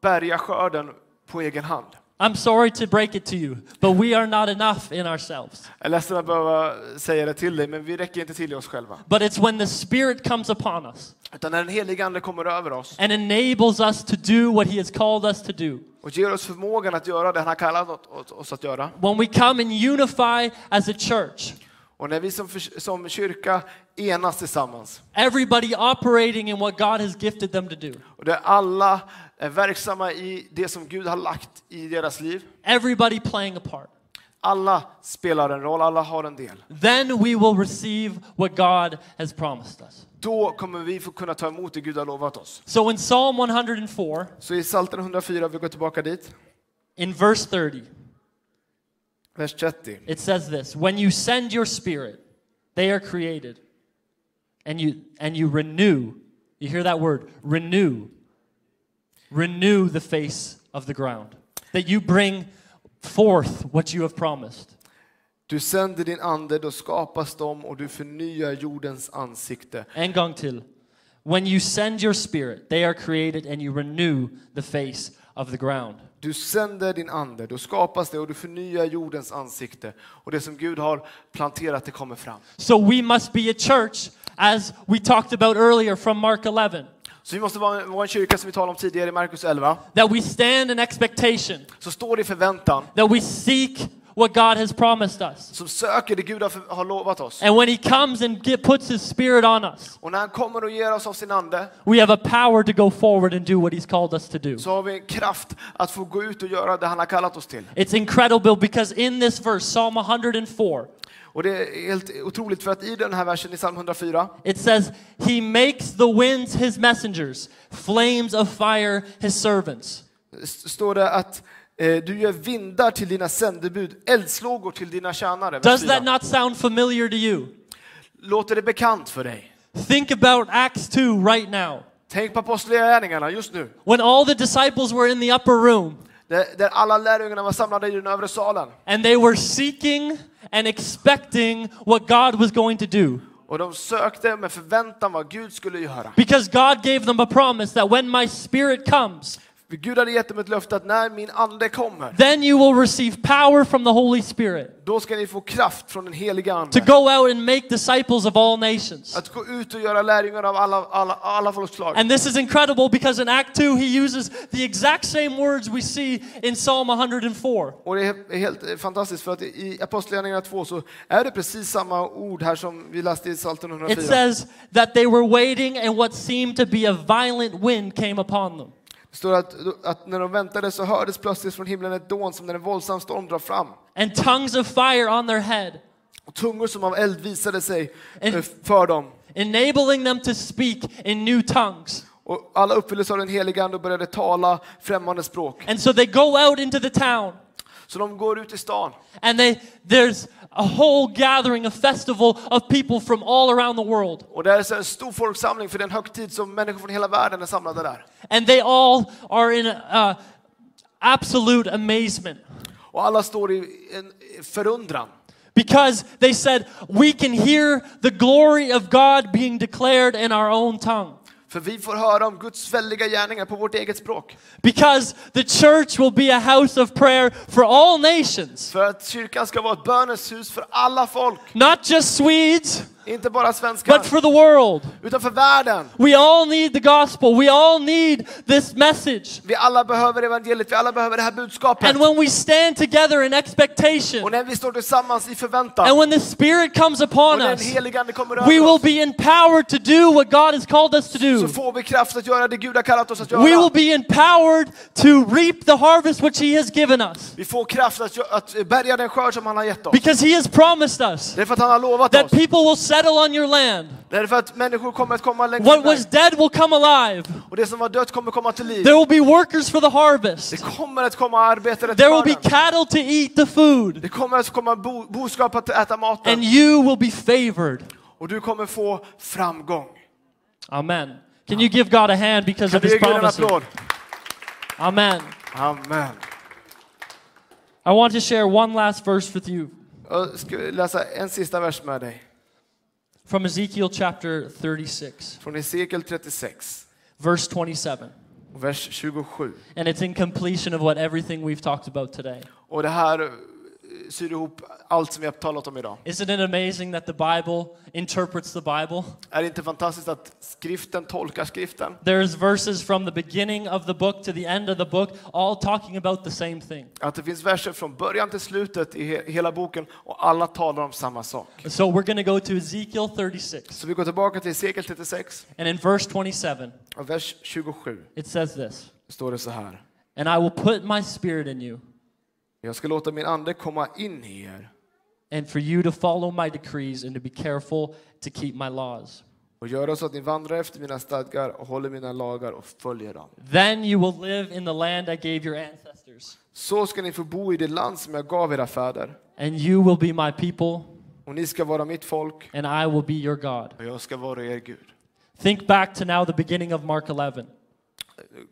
S2: bärga skörden på egen hand.
S1: I'm sorry to break it to you, but we are not enough in ourselves.
S2: Jag är ledsen att behöva säga det till dig, men vi räcker inte till i oss själva.
S1: But it's when the Spirit comes upon us
S2: Utan när den helige Ande kommer över oss
S1: and enables us to do what He has called us to do.
S2: och ger oss förmågan att göra det han har kallat åt- åt oss att göra.
S1: When we come and unify as a church,
S2: Och när vi som, förs- som kyrka enas tillsammans
S1: everybody operating in what God has gifted them to do,
S2: och där alla är verksamma i det som Gud har lagt i deras liv.
S1: everybody playing a part,
S2: Alla spelar en roll, alla har en del.
S1: then we will receive what God has promised us.
S2: Då kommer vi få kunna ta emot det Gud har lovat oss.
S1: So in Psalm 104,
S2: Så i Psaltaren 104, vi går tillbaka dit,
S1: in verse 30,
S2: vers 30.
S1: it says this When you send your spirit, they are created, and you, and you renew, you hear that word, renew, renew the face of the ground, that you bring forth what you have promised.
S2: Du sänder din ande, då skapas de och du förnyar jordens ansikte.
S1: En gång till. When you send your spirit, they are created, and you renew the face of the ground.
S2: Du sänder din ande, då skapas det och du förnyar jordens ansikte. Och det som Gud har planterat, det kommer fram.
S1: So we must be a church, as we talked about earlier from Mark 11.
S2: Så vi måste vara vara en kyrka som vi talade om tidigare i Markus 11.
S1: that we stand in expectation,
S2: Så står det i förväntan
S1: that we seek what God has promised us.
S2: som söker det Gud har, för, har lovat oss.
S1: And when He comes and get, puts His Spirit on us,
S2: Och när han kommer och ger oss av sin ande
S1: we have a power to go forward and do what He's called us to do.
S2: så har vi en kraft att få gå ut och göra det han har kallat oss till.
S1: It's incredible because in this verse, Psalm 104,
S2: Och det är helt otroligt för att i den här versen i psalm 104
S1: it says, He makes the winds His messengers, flames of fire His servants.
S2: s- står det att eh, du gör vindar till dina sändebud, eldslågor till dina tjänare. Vers
S1: Does
S2: fyra.
S1: that not sound familiar to you?
S2: Låter det bekant för dig?
S1: Think about Acts 2 right now.
S2: Tänk på apostlagärningarna just nu,
S1: When all the disciples were in the upper room
S2: där, där alla lärjungarna var samlade i den övre salen.
S1: and they were seeking and expecting what God was going to do.
S2: Och de sökte med förväntan vad Gud skulle göra.
S1: Because God gave them a promise that when my spirit comes,
S2: För Gud hade gett dem ett löfte att när min ande kommer,
S1: then you will receive power from the Holy Spirit
S2: då ska ni få kraft från den heliga
S1: to
S2: ande.
S1: go out and make disciples of all nations.
S2: Att gå ut och göra lärjungar av alla, alla, alla folkslag.
S1: And this is incredible because in Act 2 he uses the exact same words we see in Psalm 104.
S2: Och det är helt eh, fantastiskt för att i Apostlagärningarna 2 så är det precis samma ord här som vi läste i Psaltaren
S1: It
S2: 104.
S1: says that they were waiting and what seemed to be a violent wind came upon them.
S2: Det står att, att när de väntade så hördes plötsligt från himlen ett dån som när en våldsam storm drar fram.
S1: and tongues of fire on their head,
S2: Och tungor som av eld visade sig
S1: En-
S2: eh, för dem.
S1: enabling them to speak in new tongues.
S2: Och alla uppfylldes av den heliga ande och började tala främmande språk.
S1: And so they go out into the town
S2: Så de går ut i stan
S1: and they there's a whole gathering, a festival of people from all around the world.
S2: och det är så en stor folksamling för den högtid som människor från hela världen är samlade där.
S1: And they all are in uh, absolute amazement
S2: Och alla står i en förundran.
S1: because they said, We can hear the glory of God being declared in our own tongue.
S2: För vi får höra om Guds väldiga gärningar på vårt eget språk.
S1: Because the church will be a house of prayer for all nations,
S2: För att kyrkan ska vara ett bönens hus för alla folk,
S1: not just Swedes,
S2: inte bara svenskar,
S1: but for the world.
S2: utan för världen.
S1: We all need the gospel. We all need this message.
S2: Vi alla behöver evangeliet, vi alla behöver det här budskapet.
S1: And when we stand together in expectation,
S2: Och när vi står tillsammans i
S1: and
S2: förväntan,
S1: when the Spirit comes
S2: och
S1: upon
S2: när den
S1: us,
S2: helige Ande kommer
S1: we
S2: över
S1: will
S2: oss,
S1: be empowered to do what God has called us to
S2: så
S1: do.
S2: får vi kraft att göra det Gud har kallat oss att
S1: We will
S2: göra.
S1: be empowered to reap the harvest which He has given us.
S2: Vi får kraft att, gö- att bärga den skörd som han har gett oss.
S1: Because He has promised us
S2: Det är för att han har lovat
S1: that
S2: oss.
S1: people will settle on your land.
S2: Det är för att människor kommer att komma längs
S1: What
S2: med
S1: was dead will come alive.
S2: och det som var dött kommer komma till liv.
S1: There will be workers for the harvest.
S2: Det kommer att komma arbetare till
S1: There will be
S2: skörden.
S1: cattle to eat the food.
S2: Det kommer att komma bo, boskap att äta
S1: And
S2: maten.
S1: you will be favored.
S2: Och du kommer få framgång.
S1: Amen. Can you give God a hand because
S2: Kan
S1: of
S2: du
S1: his
S2: ge Gud en
S1: promises?
S2: applåd?
S1: Amen.
S2: Amen.
S1: I want to share one last verse with you
S2: Jag ska läsa en sista vers med dig.
S1: from Ezekiel chapter 36,
S2: Från Hesekiel 36,
S1: verse 27.
S2: och vers 27.
S1: And it's in completion of what everything we've talked about today.
S2: Och det här eh, syr ihop allt som vi har talat om idag.
S1: Isn't it amazing that the Bible interprets the Bible?
S2: Är det inte fantastiskt att skriften tolkar skriften?
S1: There's verses from the beginning of the book to the end of the book, all talking about the same thing.
S2: Att det finns verser från början till slutet i he- hela boken och alla talar om samma sak.
S1: So we're going to go to Ezekiel 36,
S2: Så vi går tillbaka till Hesekiel 36
S1: and in verse 27,
S2: och vers 27
S1: it says this
S2: står det så här.
S1: And I will put my spirit in you.
S2: Jag ska låta min ande komma in i er
S1: and for you to follow my decrees and to be careful to keep my laws.
S2: och göra så att ni vandrar efter mina stadgar och håller mina lagar och följer dem.
S1: Then you will live in the land I gave your ancestors,
S2: Så ska ni få bo i det land som jag gav era fäder
S1: and you will be my people,
S2: och ni ska vara mitt folk
S1: and I will be your God.
S2: och jag ska vara er Gud.
S1: Think back to now the beginning of Mark 11,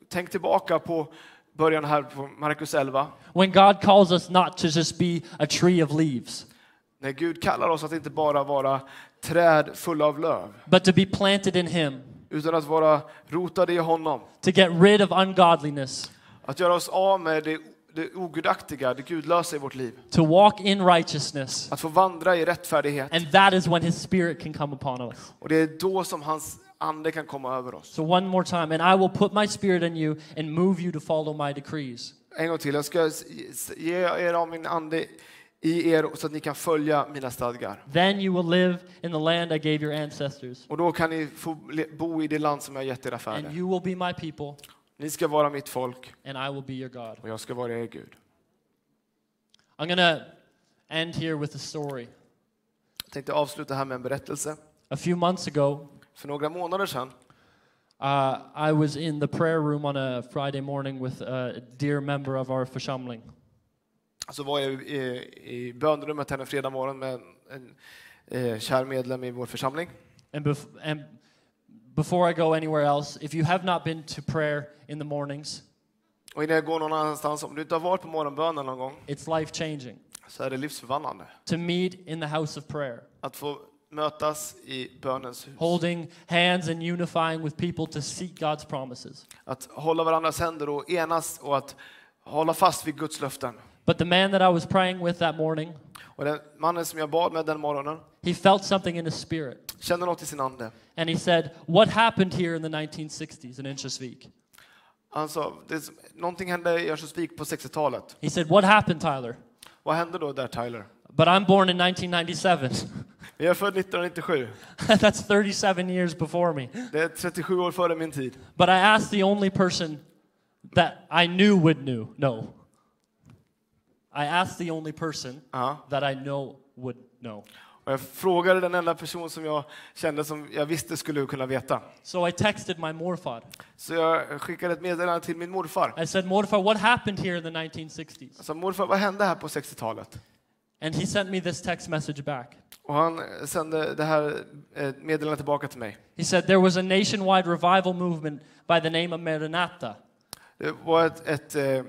S2: Tänk tillbaka på början här på Markus 11
S1: when God calls us not to just be a tree of leaves,
S2: när Gud kallar oss att inte bara vara träd fulla av löv
S1: but to be planted in Him,
S2: utan att vara rotade i honom.
S1: to get rid of ungodliness,
S2: Att göra oss av med det, det ogudaktiga, det gudlösa i vårt liv.
S1: to walk in righteousness.
S2: Att få vandra i rättfärdighet.
S1: And that is when His Spirit can come upon us.
S2: Och det är då som hans ande kan komma över oss.
S1: So, one more time, and I will put my Spirit in you and move you to follow my decrees.
S2: En gång till, jag ska s- ge er av min ande i er så att ni kan följa mina stadgar.
S1: Then you will live in the land I gave your ancestors,
S2: Och då kan ni få le- bo i det land som jag har gett era
S1: and
S2: fäder.
S1: you will be my people,
S2: Ni ska vara mitt folk
S1: and I will be your God.
S2: och jag ska vara er Gud.
S1: I'm going to end here with a story.
S2: Jag tänkte avsluta här med en berättelse.
S1: A few months ago,
S2: För några månader sedan
S1: uh, I was in the prayer room on a Friday morning with a dear member of our församling.
S2: så var jag i, i bönrummet här en fredag morgon med en, en eh, kär medlem i vår församling.
S1: And, bef- and before I go anywhere else, if you have not been to prayer in the mornings,
S2: Och innan jag går någon annanstans, om du inte har varit på morgonbönen någon gång
S1: it's life changing
S2: så är det livsförvandlande
S1: to meet in the house of prayer,
S2: att få mötas i bönens hus.
S1: holding hands and unifying with people to seek God's promises.
S2: Att hålla varandras händer och enas och att hålla fast vid Guds löften.
S1: But the man that I was praying with that morning,
S2: Och den mannen som jag bad med den morgonen
S1: he felt something in his spirit.
S2: kände något i sin ande.
S1: And he said, What happened here in the 1960s in Inchesvik?
S2: Han sa, det, är som- någonting hände i Örnsköldsvik på 60-talet.
S1: He said, What happened, Tyler?
S2: Vad hände då där Tyler?
S1: But I'm born in 1997.
S2: Jag är född 1997.
S1: *laughs* That's 37 years before me.
S2: Det är 37 år före min tid.
S1: But I asked the only person that I knew would knew. No. I asked the only person
S2: Ja.
S1: that I know would know.
S2: Och jag frågade den enda person som jag kände som jag visste skulle kunna veta.
S1: So I texted my Morfad.
S2: Så jag skickade ett meddelande till min morfar.
S1: I said, Morfar, what happened here in the 1960s?
S2: Jag sa, morfar, vad hände här på 60-talet?
S1: And he sent me this text message back.
S2: Och han sände det här eh, meddelandet tillbaka till mig.
S1: He said, There was a nationwide revival movement by the name of Maranatha.
S2: Det var ett, ett, eh,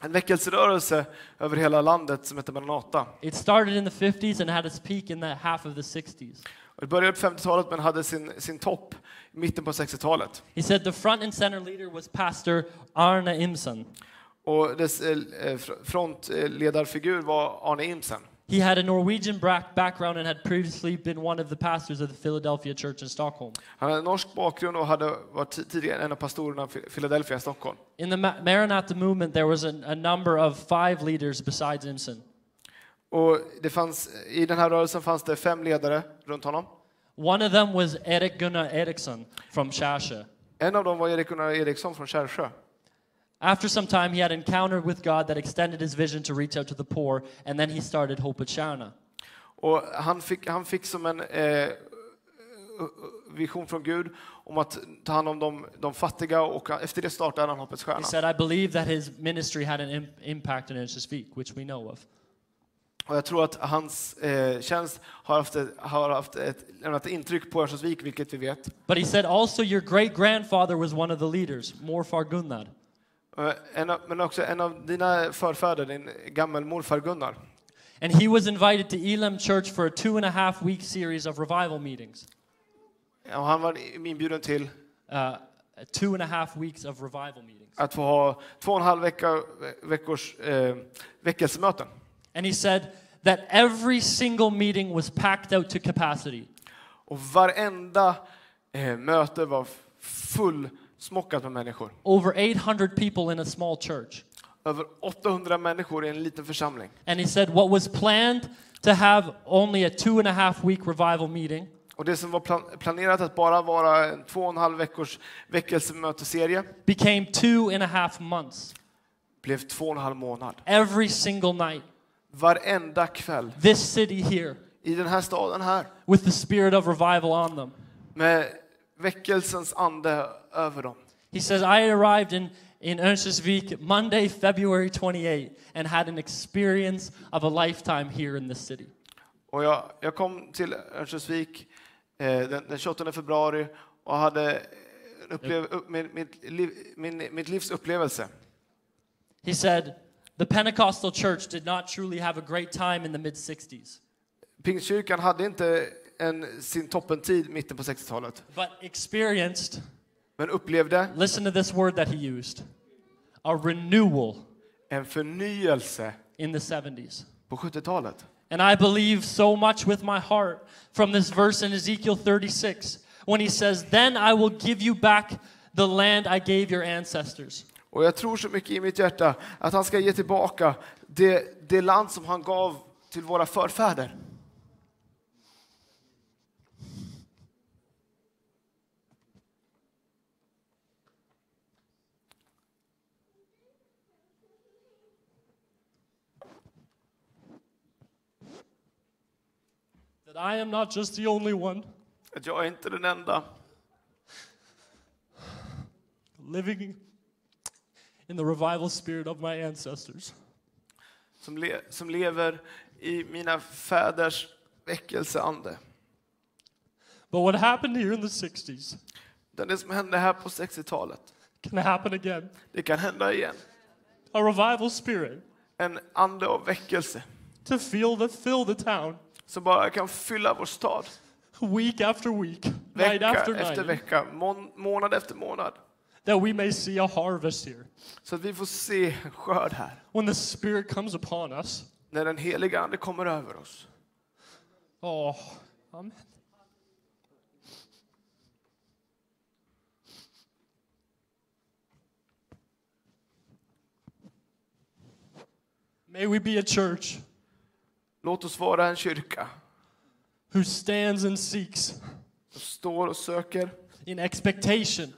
S2: en väckelserörelse över hela landet som hette Maranata.
S1: It started in the 50s and had its peak in the half of the 60s.
S2: Och Det började på 50-talet men hade sin, sin topp i mitten på 60-talet.
S1: He said, The front and center leader was Pastor Arne Imsen.
S2: Och dess eh, eh, fr- frontledarfigur var Arne Imsen.
S1: He had a Norwegian bra- background and had previously been one of the pastors of the Philadelphia Church in Stockholm.
S2: Han hade norsk bakgrund och hade varit ti- tidigare en av pastorerna i Philadelphia i Stockholm.
S1: In the Ma- Maranatha movement, there was an, a number of five leaders besides Imsen.
S2: Och det fanns, I den här rörelsen fanns det fem ledare runt honom.
S1: One of them was Erik Gunnar Eriksson from Shasha.
S2: En av dem var Erik Gunnar Eriksson från Kärsjö.
S1: After some time, he had encountered with God that extended his vision to reach out to the poor, and then he started Hope at Sharna.
S2: Och han, fick, han fick som en eh, vision från Gud om att ta hand om de, de fattiga och efter det startade han Hoppets
S1: He
S2: stjärna.
S1: said, I believe that his ministry had an im- impact in Inchesvik, which we know of.
S2: Och jag tror att hans eh, tjänst har haft, ett, har haft ett, lämnat ett intryck på Örnsköldsvik, vilket vi vet.
S1: But he said also, your great grandfather was one of the leaders, Morfar Gunnar.
S2: Eh, En av, men också en av dina förfäder, din gammelmorfar Gunnar.
S1: And he was invited to Elam Church for a two and a half week series of revival meetings.
S2: Och han var inbjuden till
S1: Uh, two and a half weeks of revival meetings.
S2: att få ha två och en halv vecka, veckors eh, väckelsemöten.
S1: And he said that every single meeting was packed out to capacity.
S2: Och varenda eh, möte var fullsmockat med människor.
S1: Over 800 people in a small church.
S2: Över 800 människor i en liten församling.
S1: And he said what was planned to have only a two and a half week revival meeting
S2: Och det som var plan- planerat att bara vara en två och en halv veckors väckelsemötesserie
S1: became two and a half months.
S2: blev två och en halv månad.
S1: Every single night,
S2: Varenda kväll
S1: this city here,
S2: i den här staden här
S1: with the spirit of revival on them.
S2: med väckelsens ande över dem.
S1: He says, I arrived in, in Örnsköldsvik Monday, February 28, and had an experience of a lifetime here in this city.
S2: Och jag, jag kom till Örnsköldsvik eh, den, den 28 februari och hade en upplev, upp, min, mitt, liv, min, mitt livs upplevelse.
S1: He said, The Pentecostal church did not truly have a great time in the mid 60s,
S2: Pingstkyrkan hade inte en, sin toppentid mitten på 60-talet,
S1: but experienced,
S2: men upplevde
S1: listen to this word that he used, a renewal
S2: en förnyelse
S1: in the 70s.
S2: på 70-talet.
S1: And I believe so much with my heart from this verse in Ezekiel 36 when he says, Then I will give you back the land I gave your ancestors.
S2: Och jag tror så mycket i mitt hjärta att han ska ge tillbaka det, det land som han gav till våra förfäder.
S1: That I am not just the only one
S2: Att jag är inte den enda
S1: living in the revival spirit of my ancestors.
S2: som, le, som lever i mina fäders väckelseande.
S1: But what happened here in the 60s
S2: Det, det som hände här på 60-talet,
S1: can happen again.
S2: det kan hända igen.
S1: A revival spirit
S2: En ande av väckelse
S1: to feel the fill the town
S2: som bara kan fylla vår stad.
S1: week after week, night
S2: Vecka
S1: after
S2: efter
S1: night,
S2: vecka, mån, månad efter månad.
S1: that we may see a harvest here.
S2: Så att vi får se skörd här.
S1: When the Spirit comes upon us,
S2: När den heliga Ande kommer över oss.
S1: oh, amen. May we be a church
S2: Låt oss vara en kyrka
S1: who stands and seeks
S2: som står och söker
S1: in expectation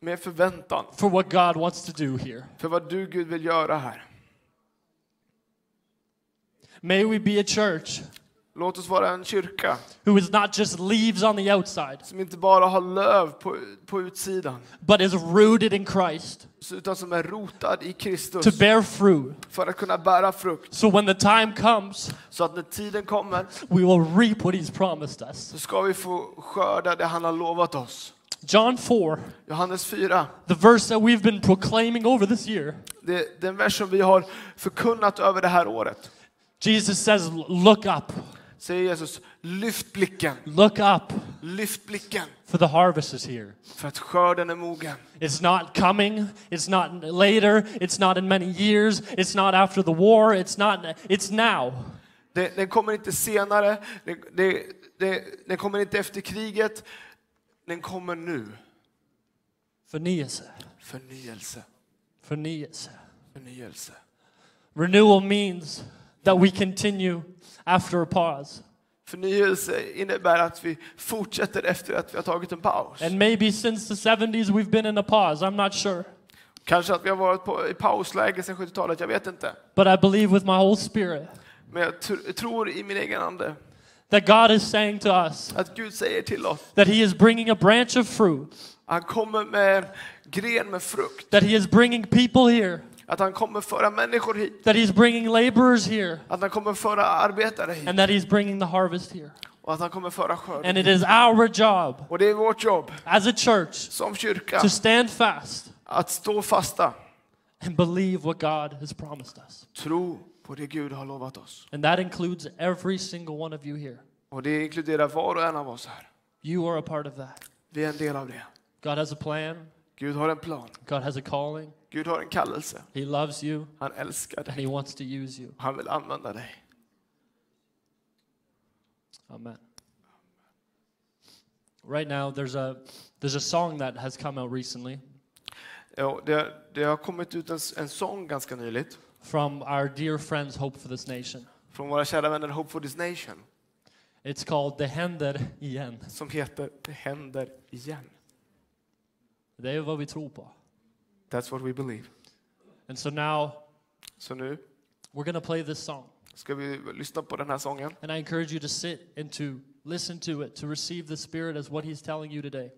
S2: med förväntan
S1: for what God wants to do here.
S2: för vad du Gud vill göra här.
S1: May we be a church
S2: Låt oss vara en kyrka
S1: who is not just leaves on the outside,
S2: som inte bara har löv på, på utsidan,
S1: but is rooted in Christ
S2: utan som är rotad i
S1: to
S2: Kristus
S1: bear fruit.
S2: för att kunna bära frukt.
S1: So when the time comes,
S2: Så att när tiden kommer
S1: we will reap what he's promised us.
S2: så ska vi få skörda det han har lovat oss.
S1: John 4,
S2: Johannes 4,
S1: the verse that we've been proclaiming over this year,
S2: det, den vers som vi har förkunnat över det här året,
S1: Jesus says, Look up,
S2: säger Jesus, lyft blicken,
S1: look up,
S2: lyft blicken,
S1: for the harvest is here.
S2: för att skörden är mogen.
S1: It's not coming. It's not later. It's not in many years. It's not after the war. It's not. It's now.
S2: Den, den kommer inte senare, den, den, den, den kommer inte efter kriget, den kommer nu.
S1: Förnyelse.
S2: Förnyelse,
S1: Förnyelse.
S2: förnyelse.
S1: Renewal means that we continue after a pause.
S2: Förnyelse innebär att vi fortsätter efter att vi har tagit en paus.
S1: And maybe since the 70s we've been in a pause. I'm not sure.
S2: Kanske att vi har varit på, i pausläge sedan 70-talet, jag vet inte.
S1: But I believe with my whole spirit
S2: Men jag tr- tror i min egen ande
S1: that God is saying to us
S2: att Gud säger till oss,
S1: that He is bringing a branch of fruit,
S2: han kommer med en gren med frukt,
S1: that He is bringing people here,
S2: att han kommer föra människor hit,
S1: that He's bringing laborers here,
S2: att han kommer föra arbetare hit
S1: and that He's bringing the harvest here.
S2: och att han kommer föra
S1: And
S2: skörd.
S1: it is our job
S2: Och det är vårt jobb
S1: as a church
S2: som kyrka
S1: to stand fast
S2: att stå fasta,
S1: and believe what God has promised us.
S2: tro på det Gud har lovat oss.
S1: And that includes every single one of you here.
S2: Och det inkluderar var och en av oss här.
S1: You are a part of that.
S2: Vi är en del av det.
S1: God has a plan,
S2: Gud har en plan,
S1: God has a calling.
S2: Gud har en kallelse.
S1: He loves you
S2: Han älskar
S1: and
S2: dig,
S1: He wants to use you.
S2: han vill använda dig.
S1: Amen. Right now, there's a there's a song that has come out recently
S2: Ja, det, det har kommit ut en, s- en sång ganska nyligt
S1: from our dear friends Hope for This Nation.
S2: från våra kära vänner Hope for this Nation
S1: It's called "Det händer igen."
S2: som heter Det händer igen.
S1: Det är vad vi tror på.
S2: That's what we believe.
S1: And so now
S2: Så nu
S1: we're gonna play this song,
S2: ska vi lyssna på den här sången.
S1: and I encourage you to sit and to listen to it to receive the Spirit as what He's telling you today,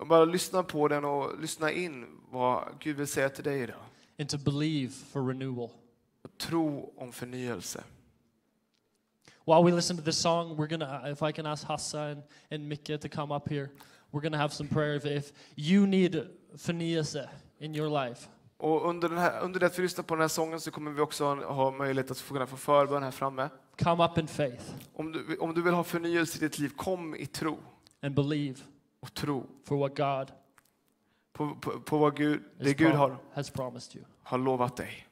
S2: Och bara lyssna på den och lyssna in vad Gud vill säga till dig idag.
S1: and to believe for renewal.
S2: Och tro om förnyelse.
S1: While we listen to this song, we're gonna, uh, if I can ask Hassa and, and Mika to come up here, we're gonna have some prayer. If, if you need förnyelse in your life,
S2: Och under, den här, under det att vi lyssnar på den här sången så kommer vi också ha- ha möjlighet att få kunna få förbön här framme.
S1: come up in faith
S2: Om du, om du vill ha förnyelse i ditt liv, kom i tro.
S1: and believe
S2: Och tro
S1: for what God
S2: på, på, på vad Gud, det
S1: has,
S2: Gud
S1: prom-
S2: har,
S1: has promised you.
S2: har lovat dig.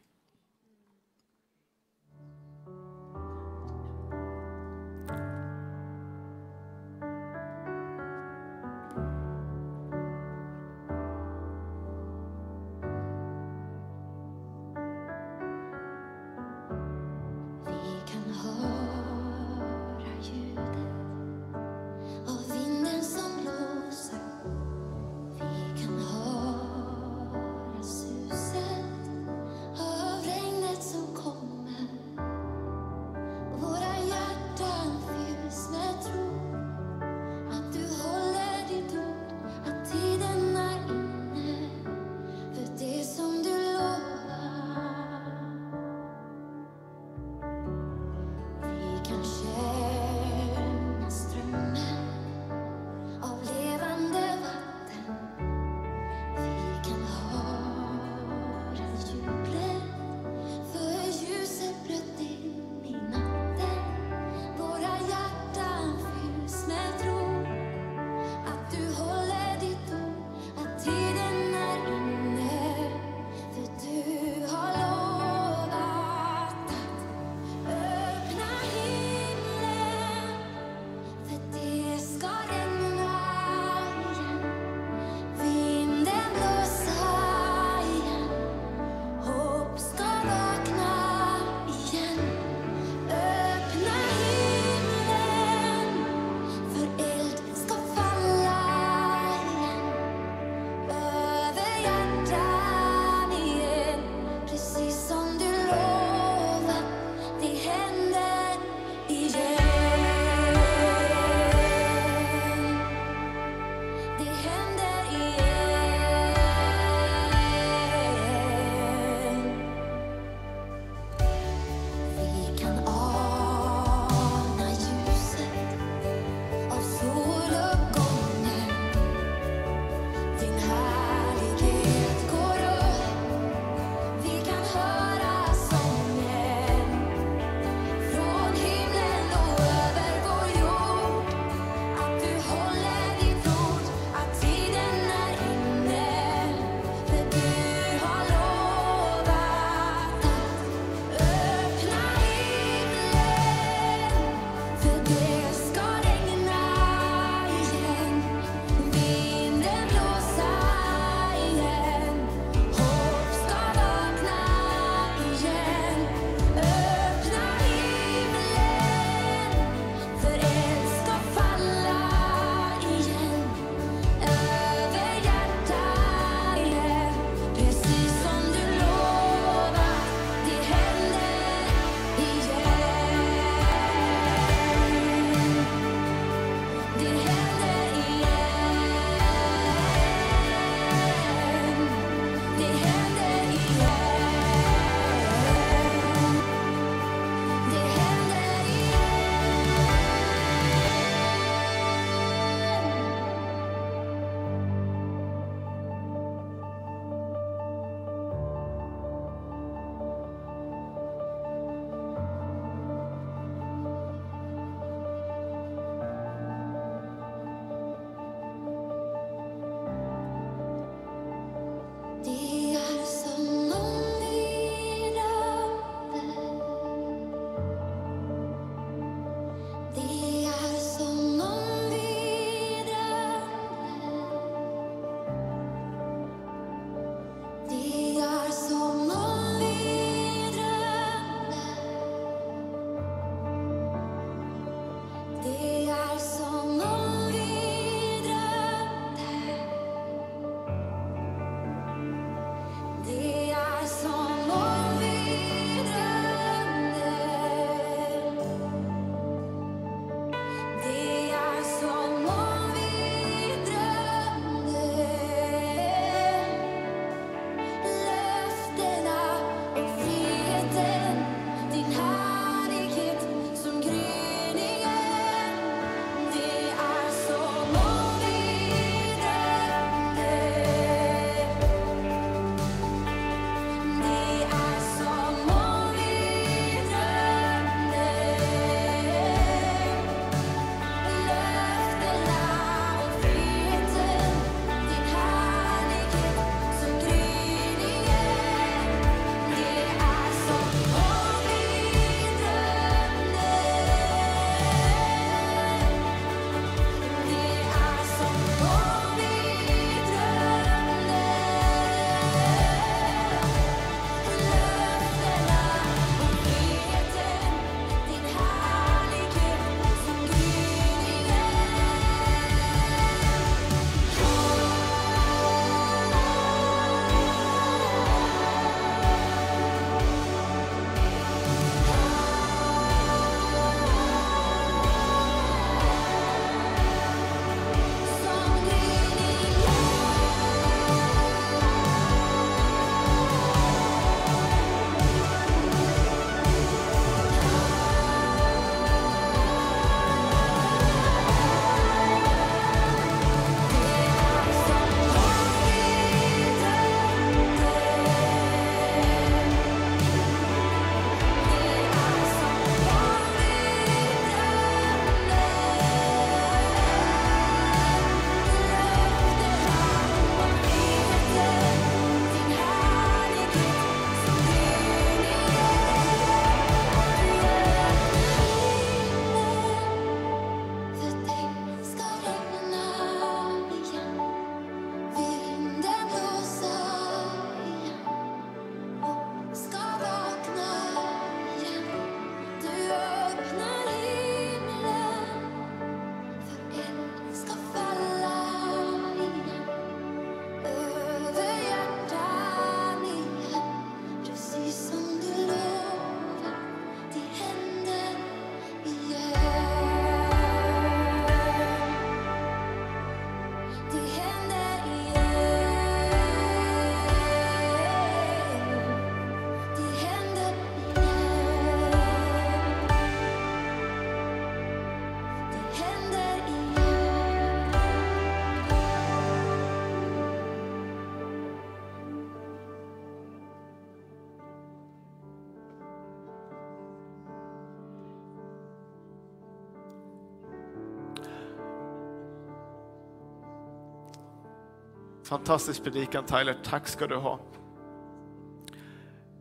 S2: Fantastisk predikan Tyler, tack ska du ha.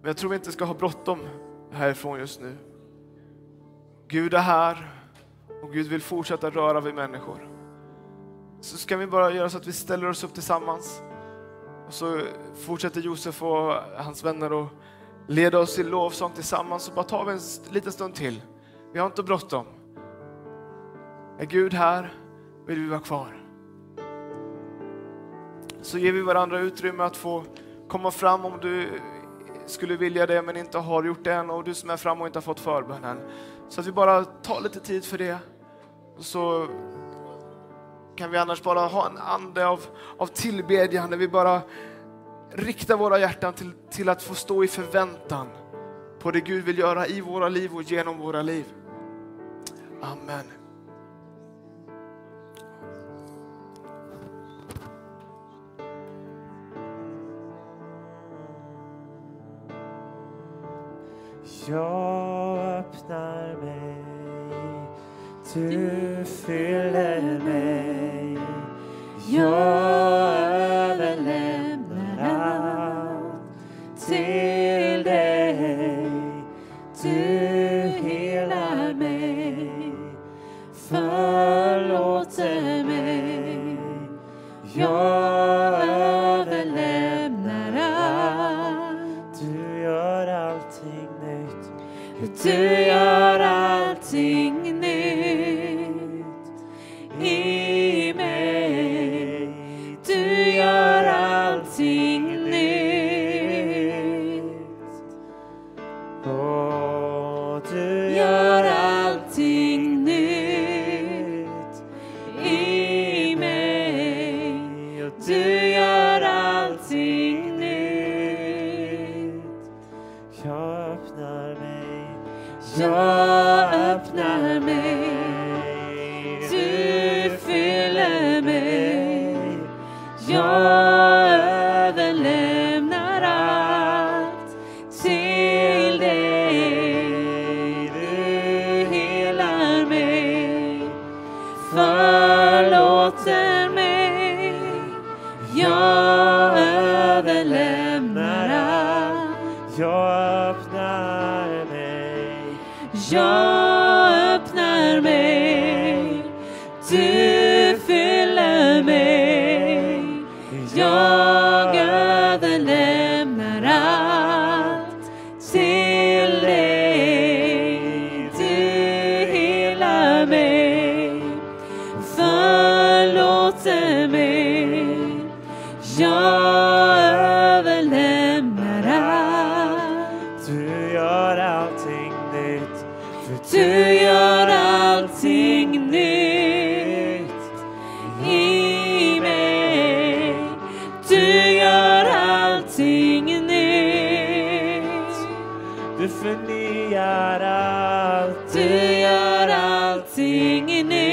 S2: Men jag tror vi inte ska ha bråttom härifrån just nu. Gud är här och Gud vill fortsätta röra vid människor. Så ska vi bara göra så att vi ställer oss upp tillsammans och så fortsätter Josef och hans vänner att leda oss i lovsång tillsammans så bara tar vi en st- liten stund till. Vi har inte bråttom. Är Gud här vill vi vara kvar. Så ger vi varandra utrymme att få komma fram om du skulle vilja det men inte har gjort det än och du som är fram och inte har fått förbön än. Så att vi bara tar lite tid för det. Och så kan vi annars bara ha en ande av, av tillbedjan där vi bara riktar våra hjärtan till, till att få stå i förväntan på det Gud vill göra i våra liv och genom våra liv. Amen.
S3: Jag öppnar mig, du fyller mig. Jag överlämnar allt till dig. Du helar mig, förlåter mig. Jag överlämnar allt, du gör allting nytt. Du gör allting nytt i mig. Du gör allting nytt. Och du gör allting nytt i mig. Och du gör allting nytt. Jag öppnar mig. Jag öppnar mig. Du fyller mig. Jag överlämnar allt till dig. Du helar mig. Förlåter mig. Jag överlämnar allt. Jag öppnar mig. Jag öppnar mig. Du fyller mig. Jag överlämnar allt till dig. Du helar mig. Förlåter mig. Jag överlämnar allt. Du gör allting nytt. För du gör allting nytt i mig. Du gör allting nytt. Du förnyar allt. Du gör allting nytt.